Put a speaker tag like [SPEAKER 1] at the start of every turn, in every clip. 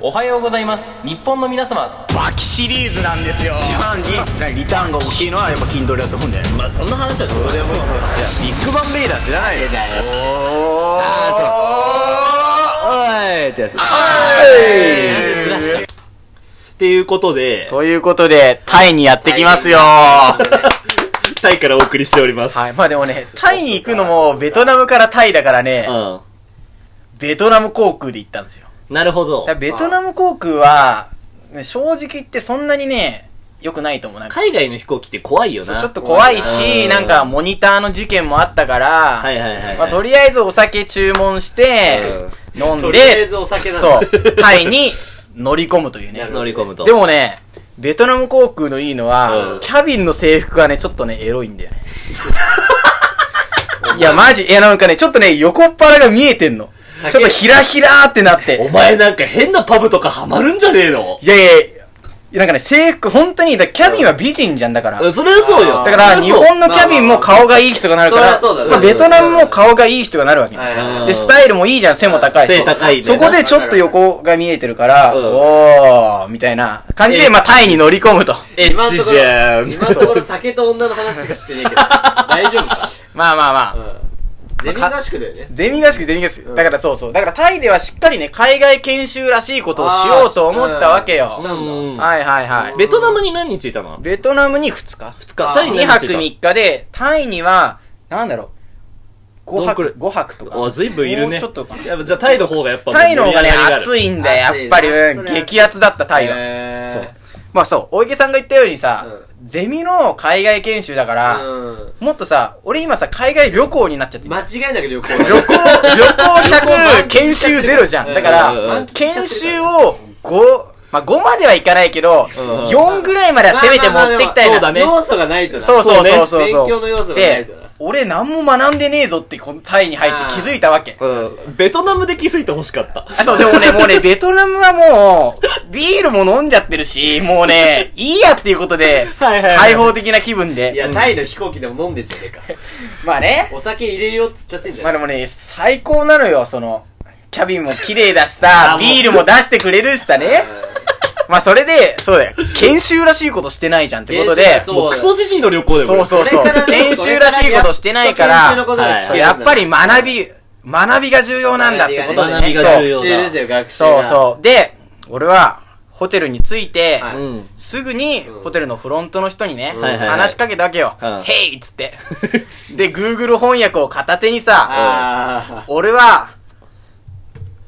[SPEAKER 1] おはようございます日本の皆様
[SPEAKER 2] バキシリーズなんですよ
[SPEAKER 3] 一番にリターンが大きいのはやっぱ筋トレだと思うんだよね
[SPEAKER 1] まあそんな話はどうでもいい
[SPEAKER 3] ビッグバンベイダー知らないよ
[SPEAKER 1] だよ
[SPEAKER 3] あーそうおーいってやつ
[SPEAKER 1] ずらしたっていうことで
[SPEAKER 3] ということでタイにやってきますよ
[SPEAKER 1] タイからお送りしております、
[SPEAKER 3] はいまあでもねタイに行くのもベトナムからタイだからねベトナム航空で行ったんですよ
[SPEAKER 1] うんなるほど
[SPEAKER 3] だからベトナム航空はね正直言ってそんなにね良くないと思うなんか
[SPEAKER 1] 海外の飛行機って怖いよ
[SPEAKER 3] そう
[SPEAKER 1] な
[SPEAKER 3] ちょっと怖い
[SPEAKER 1] うん
[SPEAKER 3] し、なんかモニターの事件もあったから、
[SPEAKER 1] はいはいはいはい
[SPEAKER 3] まあ、とりあえずお酒注文して、飲んで、
[SPEAKER 4] とりあえずお酒なんだ
[SPEAKER 3] そう、タイに乗り込むというね。
[SPEAKER 1] 乗り込むと
[SPEAKER 3] でもね、ベトナム航空のいいのは、
[SPEAKER 1] うん
[SPEAKER 3] キャビンの制服がね、ちょっとね、エロいんだよね。 いや、マジ、いや、なんかね、ちょっとね、横っ腹が見えてんの。ちょっとひらひらーってなって。
[SPEAKER 1] お前なんか変なパブとかハマるんじゃねえの
[SPEAKER 3] いやいやいや、なんかね、制服、本当に、だからキャビンは美人じゃんだから。
[SPEAKER 1] うんそれはそうよ
[SPEAKER 3] だから、日本のキャビンも顔がいい人がなるか
[SPEAKER 4] まあま
[SPEAKER 3] ら
[SPEAKER 4] あそりゃそうだ、ね
[SPEAKER 3] まあベトナムも顔がいい人がなるわけ。
[SPEAKER 4] はいはい
[SPEAKER 1] うん
[SPEAKER 3] で、スタイルもいいじゃん、背も高いし
[SPEAKER 1] 背高いね
[SPEAKER 3] そこでちょっと横が見えてるから、
[SPEAKER 1] うん
[SPEAKER 3] おー、みたいな感じ
[SPEAKER 1] え
[SPEAKER 3] で、まあ、タイに乗り込むと。
[SPEAKER 1] エッ
[SPEAKER 4] 今のと
[SPEAKER 1] チ
[SPEAKER 4] こ
[SPEAKER 1] じゃ
[SPEAKER 4] ろ
[SPEAKER 1] ん
[SPEAKER 4] 今のところ酒と女の話しかしてねえ けど大丈夫か
[SPEAKER 3] まあまあまあ。
[SPEAKER 4] うんゼミ合宿だよね
[SPEAKER 3] ゼミ合宿、ゼミ合宿。だからそうそう。だからタイではしっかりね、海外研修らしいことをしようと思ったわけよ。
[SPEAKER 4] あーし
[SPEAKER 3] は
[SPEAKER 4] たんだ
[SPEAKER 3] いはいはい。
[SPEAKER 1] ベトナムに何日いたの
[SPEAKER 3] ベトナムに2日。
[SPEAKER 1] 2日
[SPEAKER 4] あー
[SPEAKER 1] タイに何
[SPEAKER 3] 2泊
[SPEAKER 1] 日いた
[SPEAKER 3] 3日で、タイには、なんだろう、5
[SPEAKER 1] どんくらい
[SPEAKER 3] 泊、5泊とか。
[SPEAKER 1] あずいぶんいるね
[SPEAKER 3] もうちょっとかな
[SPEAKER 1] やっぱじゃあタイの方がやっぱ
[SPEAKER 3] タイの方がね、
[SPEAKER 1] い
[SPEAKER 3] 暑いんだよ、やっぱり。
[SPEAKER 4] 暑いな
[SPEAKER 3] うん
[SPEAKER 4] それは
[SPEAKER 3] 激アツだった、タイは。
[SPEAKER 4] へー
[SPEAKER 3] そう。まあそう、大池さんが言ったようにさ、ゼミの海外研修だから、
[SPEAKER 4] う
[SPEAKER 3] もっとさ、俺今さ、海外旅行になっちゃって
[SPEAKER 4] ん
[SPEAKER 3] る。
[SPEAKER 4] 間違いなく旅行
[SPEAKER 3] 旅 行、旅行客、研修ゼロじゃん。だか
[SPEAKER 1] うん
[SPEAKER 3] ら、研修を5、まあ5まではいかないけど、
[SPEAKER 1] ん
[SPEAKER 3] 4ぐらいまではせめて持ってきたいな。
[SPEAKER 1] まあまあまあまあそうだね
[SPEAKER 4] 要素がないとな
[SPEAKER 3] そうそうそうそうそう。
[SPEAKER 4] 勉強の要素がな
[SPEAKER 3] で
[SPEAKER 4] いとな、
[SPEAKER 3] 俺何も学んでねえぞって、このタイに入って気づいたわけ。あ
[SPEAKER 1] うんベトナムで気づいてほしかった
[SPEAKER 3] そう、でもね、もうね、ベトナムはもう、ビールも飲んじゃってるし、もうね、いいやっていうことで、
[SPEAKER 1] はいはいはい
[SPEAKER 3] 開放的な気分
[SPEAKER 4] いや
[SPEAKER 3] で。
[SPEAKER 4] タイの飛行機でも飲んでんじゃねえ
[SPEAKER 3] まあね、
[SPEAKER 4] かお酒入れようっつっちゃってんじ
[SPEAKER 3] まあ
[SPEAKER 4] ゃん
[SPEAKER 3] でもね、最高なのよ、その、キャビンも綺麗だしさ
[SPEAKER 1] あ、もう
[SPEAKER 3] ビールも出してくれるしさね。まあそれで、そうだよ、研修らしいことしてないじゃんってことで
[SPEAKER 4] 研、修
[SPEAKER 3] そ
[SPEAKER 4] そうだ
[SPEAKER 1] もうクソ自身の旅行
[SPEAKER 3] う
[SPEAKER 1] でも
[SPEAKER 3] そうそう
[SPEAKER 4] これからね
[SPEAKER 3] 研修らしいことしてないから、
[SPEAKER 4] 研修のことが聞けるんだ
[SPEAKER 3] そうやっぱり学び、学びが重要なんだってことでね。
[SPEAKER 1] 学びが重要
[SPEAKER 4] 学習ですよ学習
[SPEAKER 3] そうそう
[SPEAKER 4] が
[SPEAKER 3] そう。で、俺は、ホテルに着いて、
[SPEAKER 4] はい
[SPEAKER 1] うん
[SPEAKER 3] すぐに、ホテルのフロントの人にね、
[SPEAKER 1] んはいはいはい
[SPEAKER 3] 話しかけたわけよ。
[SPEAKER 1] うん
[SPEAKER 3] ヘイっつって。で、Google 翻訳を片手にさ、
[SPEAKER 4] あ
[SPEAKER 3] 俺は、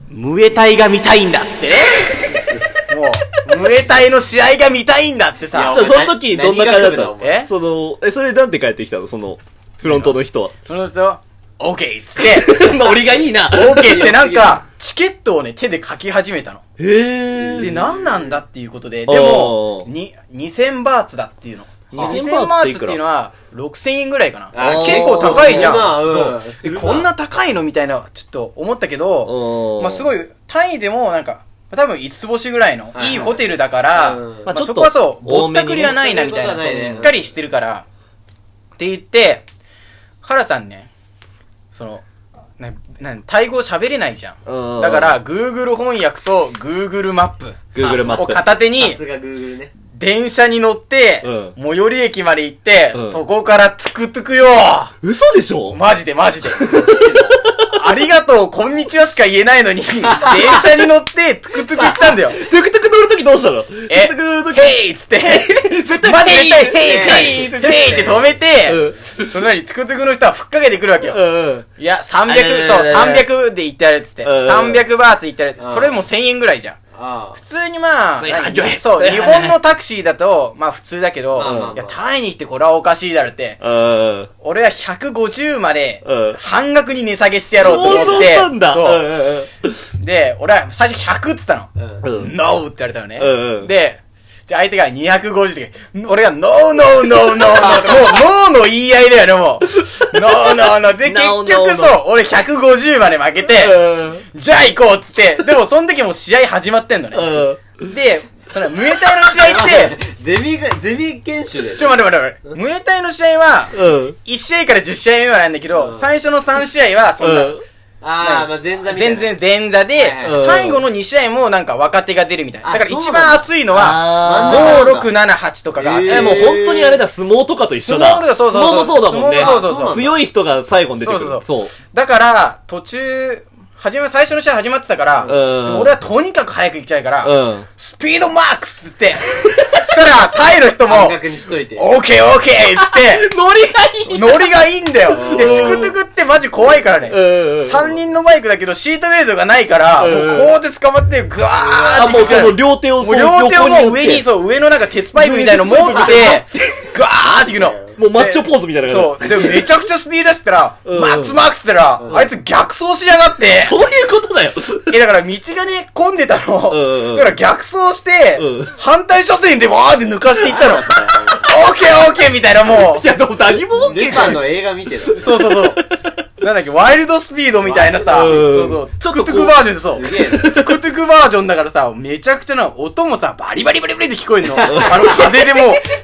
[SPEAKER 3] ムエタイが見たいんだっつってね。もう、ムエタイの試合が見たいんだってさ
[SPEAKER 4] い
[SPEAKER 1] じゃ
[SPEAKER 4] や。
[SPEAKER 1] あその時どんな感じだった
[SPEAKER 4] 何学部だお
[SPEAKER 1] の
[SPEAKER 4] 前
[SPEAKER 1] そのえそれなんて帰ってきたのそのフロントの人は
[SPEAKER 3] その人、オーケーっつっ て、
[SPEAKER 1] ノリがいいな
[SPEAKER 3] オーケーってなんか、チケットをね、手で書き始めたの。
[SPEAKER 1] へえ
[SPEAKER 3] で、何なんだっていうことで、
[SPEAKER 1] お
[SPEAKER 3] で
[SPEAKER 1] ー
[SPEAKER 3] も、に2000バーツだっていうの。
[SPEAKER 1] 2000
[SPEAKER 3] 2000
[SPEAKER 1] バ
[SPEAKER 3] バ
[SPEAKER 1] ー
[SPEAKER 3] ー
[SPEAKER 1] ツ
[SPEAKER 3] ツ
[SPEAKER 1] っ
[SPEAKER 3] ってて
[SPEAKER 1] い
[SPEAKER 3] いうう
[SPEAKER 1] の
[SPEAKER 3] のは、6000円ぐらいかな。
[SPEAKER 4] あー
[SPEAKER 3] 結構高いじゃん
[SPEAKER 4] するなうん。
[SPEAKER 3] そ
[SPEAKER 4] す
[SPEAKER 3] う
[SPEAKER 4] る
[SPEAKER 3] で。
[SPEAKER 4] な
[SPEAKER 3] こんな高いのみたいな、ちょっと思ったけど、まあすご
[SPEAKER 1] い
[SPEAKER 3] い、タイでもなんか、多分5つ星ぐらいの
[SPEAKER 4] は、い
[SPEAKER 3] いいホテルだから、
[SPEAKER 4] うん
[SPEAKER 3] ま
[SPEAKER 1] まあ
[SPEAKER 3] あ
[SPEAKER 1] ちょっと
[SPEAKER 3] そこはそう、
[SPEAKER 1] 多
[SPEAKER 3] ぼっ
[SPEAKER 1] め
[SPEAKER 3] た
[SPEAKER 1] にね
[SPEAKER 3] くりはないなみたいな、
[SPEAKER 4] ぼったくりはないね
[SPEAKER 3] そうしっかりしてるから、って言って、カラさんね、その、な、な、タイ語喋れないじゃん。だから、Google 翻訳と Google マップ
[SPEAKER 1] Google マッ
[SPEAKER 3] を
[SPEAKER 1] プ
[SPEAKER 3] 片手
[SPEAKER 4] ーさ
[SPEAKER 3] に、
[SPEAKER 4] すが Google ね
[SPEAKER 3] 電車に乗って、
[SPEAKER 1] う
[SPEAKER 3] 最寄り駅まで行って、
[SPEAKER 1] うん
[SPEAKER 3] そこからトゥクトゥクよ
[SPEAKER 1] 嘘でしょ
[SPEAKER 3] マジでマジで。ありがとう、こんにちはしか言えないのに、電車に乗って、トゥクトゥク行ったんだ よ。
[SPEAKER 1] トゥクトゥク乗るときどうしたの
[SPEAKER 3] え、
[SPEAKER 1] トゥクトゥク乗るとき
[SPEAKER 3] ヘイっつって、
[SPEAKER 1] 絶対
[SPEAKER 3] まず絶対
[SPEAKER 1] ヘイ
[SPEAKER 3] ヘイって、ヘイって止めて、そのなにトゥクトゥクの人はふっかけてくるわけよ。
[SPEAKER 1] うん
[SPEAKER 3] いや、
[SPEAKER 1] あれれれれ
[SPEAKER 3] 300、そう、300で行ってやるっつって。
[SPEAKER 1] うんうん
[SPEAKER 3] 300バーツ行ってやるっつって。
[SPEAKER 4] うん
[SPEAKER 3] それも1000円ぐらいじゃん。
[SPEAKER 4] あ
[SPEAKER 3] 普通にまあ、
[SPEAKER 1] そういう感じ
[SPEAKER 3] 何そう、日本のタクシーだと、まあ普通だけど
[SPEAKER 4] まあまあまあ、
[SPEAKER 3] いや、タイに来てこれはおかしいだろって、
[SPEAKER 1] うん
[SPEAKER 3] 俺は150まで
[SPEAKER 1] うん、
[SPEAKER 3] 半額に値下げしてやろうと思
[SPEAKER 1] 交渉
[SPEAKER 3] っ、
[SPEAKER 1] してたんだ
[SPEAKER 3] そう
[SPEAKER 1] う
[SPEAKER 3] で、俺は最初100って言ったの。
[SPEAKER 4] あ
[SPEAKER 1] んうんうん
[SPEAKER 3] NO! って言われたのね。
[SPEAKER 1] うんうん
[SPEAKER 3] で、じゃあ相手が250って俺が NONONONO! もう NO の言い合いだよね、もう。NONONO! で、結
[SPEAKER 1] No, no,
[SPEAKER 3] 局
[SPEAKER 1] no
[SPEAKER 3] そう、俺150まで負けて、
[SPEAKER 1] うん
[SPEAKER 3] じゃあ行こうっつって、でもその時もう試合始まってんのね。
[SPEAKER 1] うん
[SPEAKER 3] で、そのムエタイの試合って、
[SPEAKER 4] ゼミがゼミ研修で
[SPEAKER 3] ちょ、待て待て待て。ムエタイの試合は、
[SPEAKER 1] うん
[SPEAKER 3] 1試合から10試合目はなんだけど、
[SPEAKER 4] うん
[SPEAKER 3] 最初の3試合は、そんな、
[SPEAKER 1] うん
[SPEAKER 4] あー、まあ前座みたい
[SPEAKER 3] 全
[SPEAKER 4] な。
[SPEAKER 3] 然前座で
[SPEAKER 4] はい
[SPEAKER 1] はい、
[SPEAKER 3] 最後の2試合もなんか若手が出るみたいな。
[SPEAKER 4] あ
[SPEAKER 3] だから
[SPEAKER 4] そうな
[SPEAKER 3] 一
[SPEAKER 4] んだ
[SPEAKER 3] 番熱いのは、
[SPEAKER 4] あー
[SPEAKER 3] 5、6、7、8とかが熱い。
[SPEAKER 4] え
[SPEAKER 1] え
[SPEAKER 4] ー
[SPEAKER 1] もう本当にあれだ、相撲とかと一緒だ。
[SPEAKER 3] 相撲だそうそうそ
[SPEAKER 1] 相
[SPEAKER 3] う
[SPEAKER 1] 撲もそうだもんね。
[SPEAKER 3] 相撲もそうそうそう
[SPEAKER 1] 強い人が最後に出てくる。
[SPEAKER 3] そ
[SPEAKER 1] そうう
[SPEAKER 3] そだから、途中、始め、最初の試合始まってたから、
[SPEAKER 1] ん
[SPEAKER 3] でも俺はとにかく早く行きたいから、
[SPEAKER 1] うん。
[SPEAKER 3] スピードマックスって言って、そしたら、タイの人も
[SPEAKER 4] 感、覚にしといて。
[SPEAKER 3] オーケーオーケーっつって、
[SPEAKER 1] ノリがいい
[SPEAKER 3] ノリがいいんだよ。で、トゥクトゥクってマジ怖いからね。
[SPEAKER 1] うんうん
[SPEAKER 3] 3人のバイクだけど、シートベルトがないから、も
[SPEAKER 1] うん
[SPEAKER 3] う
[SPEAKER 1] うん
[SPEAKER 3] こうやって捕まって、ぐわー
[SPEAKER 1] あ、
[SPEAKER 3] って
[SPEAKER 1] もう
[SPEAKER 3] 行くか
[SPEAKER 1] そ
[SPEAKER 3] ら
[SPEAKER 1] の両手を
[SPEAKER 3] も
[SPEAKER 1] そうう
[SPEAKER 3] 両手をもう上に、
[SPEAKER 1] 横打って
[SPEAKER 3] そう、上のなんか鉄パイプみたいの持って、ガーって行くの。
[SPEAKER 1] もうマッチョポーズみたいな
[SPEAKER 3] そ
[SPEAKER 1] 感
[SPEAKER 3] う。
[SPEAKER 1] じ
[SPEAKER 3] で、めちゃくちゃスピード出したら、
[SPEAKER 1] うん
[SPEAKER 3] マッツマークしたら、あいつ逆走しやがって、
[SPEAKER 1] そう。どういうことだよ。
[SPEAKER 3] え、だから道がね、混んでた
[SPEAKER 1] うんう
[SPEAKER 3] の。
[SPEAKER 1] ん
[SPEAKER 3] だから逆走して
[SPEAKER 1] うん、
[SPEAKER 3] 反対車線でわーって抜かしていったの。オーケーオーケーみたいなもう
[SPEAKER 1] い。や、でも何も OK
[SPEAKER 4] ル
[SPEAKER 1] じゃ
[SPEAKER 4] パ
[SPEAKER 1] ん
[SPEAKER 4] ン。の映画見てた。
[SPEAKER 3] そうそうそう。なんだっけ、ワイルドスピードみたいなさ、
[SPEAKER 1] うん
[SPEAKER 3] そうそう。
[SPEAKER 1] ち
[SPEAKER 3] ち
[SPEAKER 1] ょ
[SPEAKER 3] ょ
[SPEAKER 1] っ
[SPEAKER 3] っ
[SPEAKER 1] とこう
[SPEAKER 3] とトゥクトゥクバージョンでそう。
[SPEAKER 4] すげえな。
[SPEAKER 3] トゥクトゥクバージョンだからさ、めちゃくちゃな、音もさ、バリバリバリバリって聞こえんの。あの風でも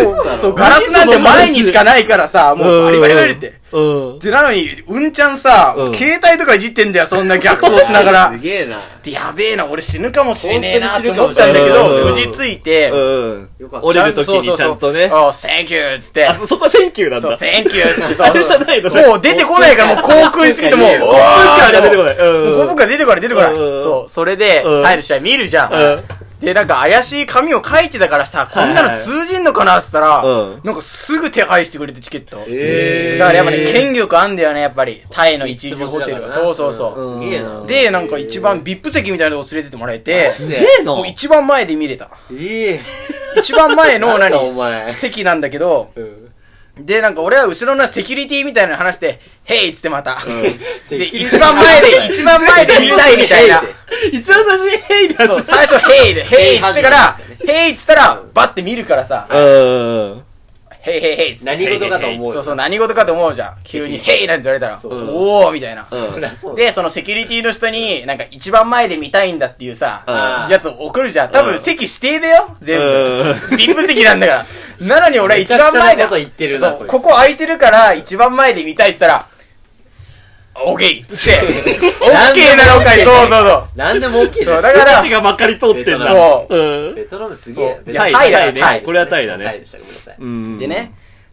[SPEAKER 3] う、もう、そう、ガラスなんて前にしかないからさ、もうバリバリバリって。
[SPEAKER 1] うん。
[SPEAKER 3] で、なのに、うんちゃんさ、
[SPEAKER 1] うん
[SPEAKER 3] 携帯とかいじってんだよ、そんな逆走しながら
[SPEAKER 4] す。げえな。
[SPEAKER 3] で、やべえな、俺死ぬかもしれねえなと
[SPEAKER 4] 本当に死ぬか
[SPEAKER 3] 思
[SPEAKER 4] も
[SPEAKER 3] っ
[SPEAKER 4] し
[SPEAKER 3] た
[SPEAKER 4] れ
[SPEAKER 3] ん
[SPEAKER 1] な
[SPEAKER 3] だ
[SPEAKER 1] い
[SPEAKER 3] けど、
[SPEAKER 1] うん
[SPEAKER 3] 無事着いて、
[SPEAKER 1] うん。
[SPEAKER 4] よかった
[SPEAKER 1] 降りるときにちゃんとね。
[SPEAKER 3] おう、Thank you! っつって。
[SPEAKER 1] あ、そこはセンキューなん
[SPEAKER 3] そう、
[SPEAKER 1] だ。
[SPEAKER 3] センキューって
[SPEAKER 1] あれじゃないのね
[SPEAKER 3] もう出てこないから、もう航空に過ぎてもう、
[SPEAKER 4] 航
[SPEAKER 3] おー
[SPEAKER 1] あれ出てこない。
[SPEAKER 3] もう
[SPEAKER 1] う
[SPEAKER 3] 航
[SPEAKER 1] ん
[SPEAKER 3] 空。が出てこない、出てこない。
[SPEAKER 1] うんうんうん
[SPEAKER 3] そう、それで、
[SPEAKER 1] うん
[SPEAKER 3] 入る試合見るじゃ
[SPEAKER 1] うん
[SPEAKER 3] ん。で、なんか怪しい紙を書いてたからさ、こんなの通じんのかなって言ったら
[SPEAKER 1] う、
[SPEAKER 3] なんかすぐ手配してくれてチケット。
[SPEAKER 4] え
[SPEAKER 3] だからやっぱね、権力あんだよね、やっぱり。タイの一流ホテルは。そうそう
[SPEAKER 4] す
[SPEAKER 3] そ
[SPEAKER 4] げえな
[SPEAKER 3] う。。で、なんか一番 VIP 席みたいなとこ連れてってもらえて、
[SPEAKER 1] すげえな
[SPEAKER 3] もう。一番前で見れた。
[SPEAKER 4] ええ。
[SPEAKER 3] 一番前の
[SPEAKER 4] なんだお
[SPEAKER 3] 何
[SPEAKER 4] 前。
[SPEAKER 3] 席なんだけど、
[SPEAKER 4] うん
[SPEAKER 3] で、なんか俺は後ろのセキュリティみたいなの話で、ヘイっつってまた。
[SPEAKER 4] セ
[SPEAKER 3] で、
[SPEAKER 4] キュリティ
[SPEAKER 3] 一番前で、一番前で見たいみたいな。
[SPEAKER 1] 一番最初にヘイだ
[SPEAKER 3] そう
[SPEAKER 1] し。
[SPEAKER 3] 最初、ヘイで、ヘイっ
[SPEAKER 4] ヘイ
[SPEAKER 3] つっ
[SPEAKER 4] 始
[SPEAKER 3] て
[SPEAKER 4] め
[SPEAKER 3] から、ヘイっつったら、バッて見るからさ、
[SPEAKER 1] うん。
[SPEAKER 3] ヘイヘイヘイっつって。
[SPEAKER 4] 何事かと思うよ
[SPEAKER 3] そうそう、何事かと思うじゃん。急に、ヘイなんて言われたら、
[SPEAKER 4] う
[SPEAKER 3] おーみたいな。
[SPEAKER 1] うん
[SPEAKER 4] そりゃそうだ
[SPEAKER 3] で、そのセキュリティの人に、なんか一番前で見たいんだっていうさ、
[SPEAKER 1] あ
[SPEAKER 4] ー
[SPEAKER 3] やつを送るじゃん。多分席指定だよ全
[SPEAKER 1] う
[SPEAKER 3] 部。ビップ席なんだ から。なのに俺は一番前
[SPEAKER 4] めちゃくちゃな
[SPEAKER 3] で。
[SPEAKER 4] こと言ってるな
[SPEAKER 3] そう
[SPEAKER 4] こいつ
[SPEAKER 3] ここ空いてるから一番前で見たいって言ったら、オーケーっつって、 オッケーなのかい。そうそう
[SPEAKER 4] なんでも OK じ
[SPEAKER 3] そ
[SPEAKER 4] ゃ
[SPEAKER 3] う。
[SPEAKER 4] ん。
[SPEAKER 3] だから
[SPEAKER 1] 手、がまかり通ってんだ。
[SPEAKER 3] そう
[SPEAKER 1] うん。
[SPEAKER 4] ベトナムすげえ
[SPEAKER 3] そう
[SPEAKER 4] な。
[SPEAKER 3] いや
[SPEAKER 1] タイ
[SPEAKER 3] タイだ
[SPEAKER 1] タイね
[SPEAKER 3] タイ
[SPEAKER 1] これはタイだね
[SPEAKER 4] タイでした、ごめんなさい。
[SPEAKER 1] うん。
[SPEAKER 3] でね、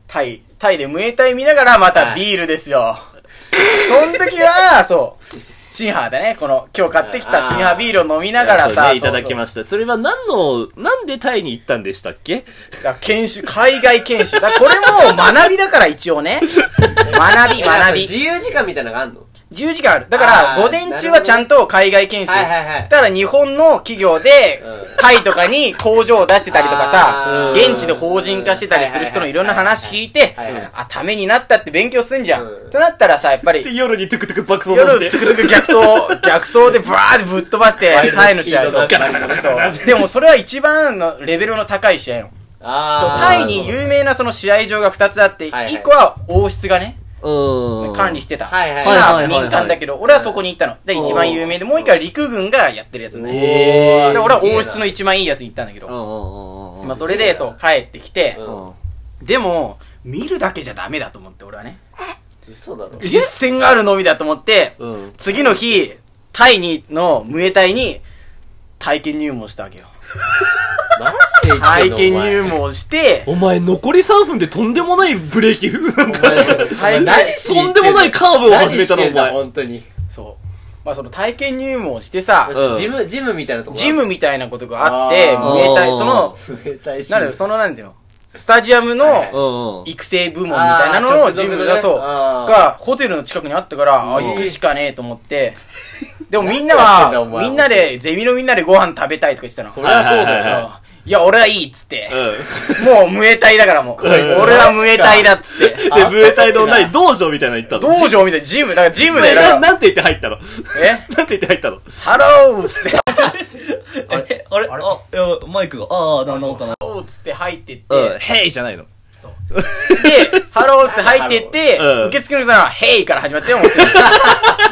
[SPEAKER 3] タイ、タイでムエタイ見ながらまたビールですよ。その時 は、そう、シンハーだね、この、今日買ってきたシンハービールを飲みながら
[SPEAKER 1] そう
[SPEAKER 3] さ、
[SPEAKER 1] ねいただきました。それは何の、なんでタイに行ったんでしたっけ
[SPEAKER 3] す。だから研修、海外研修。だからこれも学びだから一応 ね。学び、
[SPEAKER 4] えなんか
[SPEAKER 3] 学び。
[SPEAKER 4] 自由時間みたいなのがあんの
[SPEAKER 3] 10時間ある。だから、
[SPEAKER 4] あー
[SPEAKER 3] 午前中はちゃんと海外研修。
[SPEAKER 4] はいはいはい
[SPEAKER 3] だから日本の企業で
[SPEAKER 4] うん、
[SPEAKER 3] タイとかに工場を出してたりとかさ
[SPEAKER 4] あ、
[SPEAKER 1] ー
[SPEAKER 3] 現地で法人化してたりする人のいろんな話聞いて
[SPEAKER 4] はいはいはいはい、
[SPEAKER 3] あ、ためになったって勉強すんじゃ
[SPEAKER 4] うん
[SPEAKER 3] ん。となったらさ、やっぱり
[SPEAKER 1] で、、夜にトゥクトゥク爆走させ
[SPEAKER 3] 夜、
[SPEAKER 1] て
[SPEAKER 3] つ。くつく逆 走、逆走でバーってぶっ飛ばして
[SPEAKER 4] ワイ、ルド
[SPEAKER 3] タイの試合
[SPEAKER 4] スピード
[SPEAKER 3] を。
[SPEAKER 4] ガラガラガラガラ
[SPEAKER 3] そうでもそれは一番のレベルの高い試合の。そう
[SPEAKER 4] あー
[SPEAKER 3] タイに有名なその試合場が2つあって、
[SPEAKER 4] はいはい
[SPEAKER 3] 1個は王室がね、
[SPEAKER 1] うん
[SPEAKER 3] 管理してた。
[SPEAKER 4] はいはい
[SPEAKER 3] まあ
[SPEAKER 1] はいはいはいはい
[SPEAKER 3] 民間だけど、俺はそこに行ったの。で、一番有名で、もう一回陸軍がやってるやつね。
[SPEAKER 1] へー
[SPEAKER 3] で、俺は王室
[SPEAKER 4] 室
[SPEAKER 3] の一番いいやつに行ったんだけ
[SPEAKER 1] う
[SPEAKER 3] ど、
[SPEAKER 1] んうんうんうん
[SPEAKER 3] まあそれで、そう、帰ってきて、
[SPEAKER 4] うん
[SPEAKER 3] でも、見るだけじゃダメだと思って、俺はね。
[SPEAKER 4] 嘘 だろ
[SPEAKER 3] 実践があるのみだと思って、
[SPEAKER 1] うん。
[SPEAKER 3] 次の日、タイに、の、ムエタイに、体験入門したわけよ。
[SPEAKER 4] マジで言ってん
[SPEAKER 3] 体
[SPEAKER 4] の
[SPEAKER 3] 験入門して、
[SPEAKER 1] お前残り3分でとんでもないブレーキ踏ん
[SPEAKER 4] お前
[SPEAKER 1] だね
[SPEAKER 4] お前何しに
[SPEAKER 1] と
[SPEAKER 4] 行
[SPEAKER 1] ん
[SPEAKER 4] っ
[SPEAKER 1] で
[SPEAKER 4] て
[SPEAKER 1] も
[SPEAKER 4] んの
[SPEAKER 1] ないカーブを始めたのお
[SPEAKER 4] 何してんだ
[SPEAKER 1] 前
[SPEAKER 4] 本当に
[SPEAKER 3] そう。まあその体験入門してさ、
[SPEAKER 1] うん
[SPEAKER 4] ジムジムみたいなとこ
[SPEAKER 3] ジムみたいなことがあって、
[SPEAKER 4] あー
[SPEAKER 3] ムエタイ、その、
[SPEAKER 4] 増えたいし
[SPEAKER 3] なんだろう、そのなんていうの、スタジアムの
[SPEAKER 1] うんうん
[SPEAKER 3] 育成部門みたいなの
[SPEAKER 4] あ
[SPEAKER 3] の
[SPEAKER 4] ー
[SPEAKER 3] ジ
[SPEAKER 4] 直属
[SPEAKER 3] ム
[SPEAKER 4] のね
[SPEAKER 3] がそう、
[SPEAKER 4] あー
[SPEAKER 3] がホテルの近くにあったから、あ、
[SPEAKER 1] うん
[SPEAKER 3] 行くしかねえと思って、でもみんな
[SPEAKER 4] 何やってんだお
[SPEAKER 3] は、
[SPEAKER 4] 前
[SPEAKER 3] みんなで、ゼミのみんなでご飯食べたいとか言ってたの。
[SPEAKER 4] そりゃそうだよ
[SPEAKER 1] はいはい
[SPEAKER 4] ない
[SPEAKER 3] や、俺はいいっつって。
[SPEAKER 1] う
[SPEAKER 3] もう、ムエタイだからもう。
[SPEAKER 1] いつ
[SPEAKER 3] 俺はムエタイだっつって。
[SPEAKER 1] んで、ブエタイのない道場みたいなの行ったの
[SPEAKER 3] 道場みたいな、ジム、だからジム
[SPEAKER 1] そ
[SPEAKER 3] だ
[SPEAKER 1] れ
[SPEAKER 3] よ、だ
[SPEAKER 1] な
[SPEAKER 3] から。
[SPEAKER 1] なんて言って入ったの
[SPEAKER 3] え
[SPEAKER 1] なんて言って入ったの
[SPEAKER 3] ハローっつって、ハ
[SPEAKER 5] え、あれあいやマイクが、ああ、なるほど。
[SPEAKER 3] ローっつって入ってっ
[SPEAKER 1] うん。
[SPEAKER 3] て、
[SPEAKER 1] ヘイじゃないの。
[SPEAKER 3] で、ハローっつって入ってって
[SPEAKER 1] うん、
[SPEAKER 3] 受付の人は、ヘイから始まってよ、もちろ ん。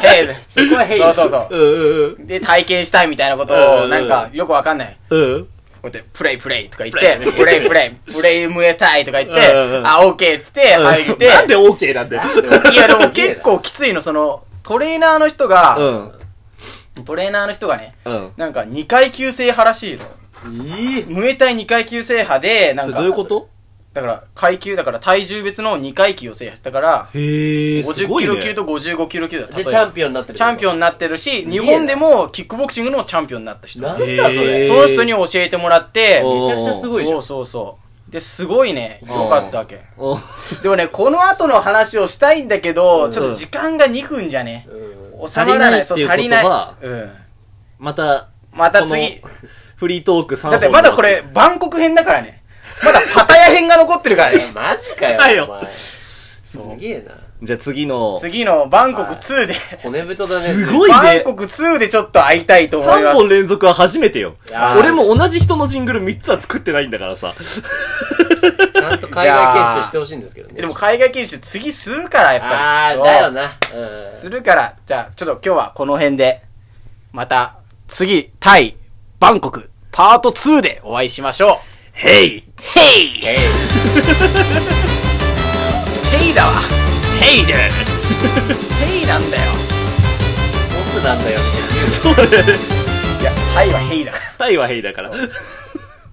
[SPEAKER 3] ヘイで。
[SPEAKER 4] そこはヘイ
[SPEAKER 3] そうそうそ
[SPEAKER 1] う
[SPEAKER 3] う。
[SPEAKER 1] んうん
[SPEAKER 3] で、体験したいみたいなこと
[SPEAKER 1] う
[SPEAKER 3] を、
[SPEAKER 1] ん
[SPEAKER 3] なんか、よくわかんない。
[SPEAKER 1] うん。うん。
[SPEAKER 3] こうやって、プレイプレイとか言って、プレイプレイ、プレイムエタイとか言って
[SPEAKER 1] うんう、ん
[SPEAKER 3] あ、オッケーっつって入って、
[SPEAKER 1] なんで OK なんだよ。
[SPEAKER 3] いやでも結構きついの、その、トレーナーの人が、
[SPEAKER 4] ん。
[SPEAKER 3] トレーナーの人がね、
[SPEAKER 4] うん。
[SPEAKER 3] なんか2階級制派らしいの。
[SPEAKER 4] ええ。
[SPEAKER 3] ムエタイ2階級制覇で、な
[SPEAKER 4] そ
[SPEAKER 3] ん
[SPEAKER 4] れ
[SPEAKER 3] か、
[SPEAKER 4] どういうこと
[SPEAKER 3] だから、階級、だから体重別の2階級を制覇したから、
[SPEAKER 4] へえ、す
[SPEAKER 3] 50
[SPEAKER 4] ご
[SPEAKER 3] キ
[SPEAKER 4] い
[SPEAKER 3] ロ
[SPEAKER 4] ね。
[SPEAKER 3] 級と55キロ級だ
[SPEAKER 4] で、チャン
[SPEAKER 3] ピ
[SPEAKER 4] ピオンになってる。
[SPEAKER 3] チャンピオン
[SPEAKER 4] ン。
[SPEAKER 3] になってるし、
[SPEAKER 4] すげえ
[SPEAKER 3] 日
[SPEAKER 4] な
[SPEAKER 3] 本でもキックボクシングのチャンピオンになった人。
[SPEAKER 4] なん
[SPEAKER 3] そ
[SPEAKER 4] だそれ。
[SPEAKER 3] うその人に教えてもらって、
[SPEAKER 4] おー
[SPEAKER 3] めち
[SPEAKER 4] め
[SPEAKER 3] ゃ
[SPEAKER 4] ちゃ
[SPEAKER 3] くちゃ
[SPEAKER 4] くちゃ
[SPEAKER 3] す
[SPEAKER 4] す
[SPEAKER 3] ご
[SPEAKER 4] ご
[SPEAKER 3] い
[SPEAKER 4] い
[SPEAKER 3] じ
[SPEAKER 4] じ
[SPEAKER 3] ゃ
[SPEAKER 4] ゃ
[SPEAKER 3] ん。
[SPEAKER 4] ん
[SPEAKER 3] そうそうそう。で、すごいね、
[SPEAKER 4] おー
[SPEAKER 3] 良かったわけ。
[SPEAKER 4] お。
[SPEAKER 3] でもね、この後の話をしたいんだけど、
[SPEAKER 4] うん
[SPEAKER 3] ちょっと時間が2分じゃね、
[SPEAKER 4] うん
[SPEAKER 3] 収まらない。
[SPEAKER 4] 足りないっていうことは
[SPEAKER 3] そう足りないうん。
[SPEAKER 4] また、
[SPEAKER 3] また次
[SPEAKER 4] この。フリートーク3本。
[SPEAKER 3] だってまだこ。れ、バンコク編だからね。まだパタヤ編が残ってるから ね。
[SPEAKER 4] マジか
[SPEAKER 1] か
[SPEAKER 4] よ、
[SPEAKER 1] よ
[SPEAKER 4] お前。
[SPEAKER 3] う
[SPEAKER 4] すげえな。じゃあ次の、
[SPEAKER 3] 次のバンコク2で、
[SPEAKER 4] 骨太だね。
[SPEAKER 1] すごい
[SPEAKER 3] バ
[SPEAKER 1] ね
[SPEAKER 3] ン。コク2でちょっと会いたいと思いま
[SPEAKER 1] 3
[SPEAKER 3] す。
[SPEAKER 1] 本連続は初めてよ
[SPEAKER 4] いや。ー
[SPEAKER 1] 俺も同じ人のジングル3つは作ってないんだからさ。
[SPEAKER 4] ちゃんと海外研修してほしいんですけどね。
[SPEAKER 3] でも海外研修次するから、やっぱり。
[SPEAKER 4] あ
[SPEAKER 3] そ
[SPEAKER 4] ー、
[SPEAKER 3] う
[SPEAKER 4] だよな。うん。
[SPEAKER 3] するから、じゃあちょっと今日はこの辺で、また次、タイ、バンコク、パート2でお会いしましょ
[SPEAKER 1] ヘイ
[SPEAKER 3] う。ヘイ
[SPEAKER 4] えい
[SPEAKER 3] ヘイだわ
[SPEAKER 1] ヘイで
[SPEAKER 3] ヘイなんだよ。
[SPEAKER 4] ボスなんだよ、みたいな言うの。
[SPEAKER 1] そうだね
[SPEAKER 3] いや、タイはヘイだから。
[SPEAKER 1] タイはヘイだから。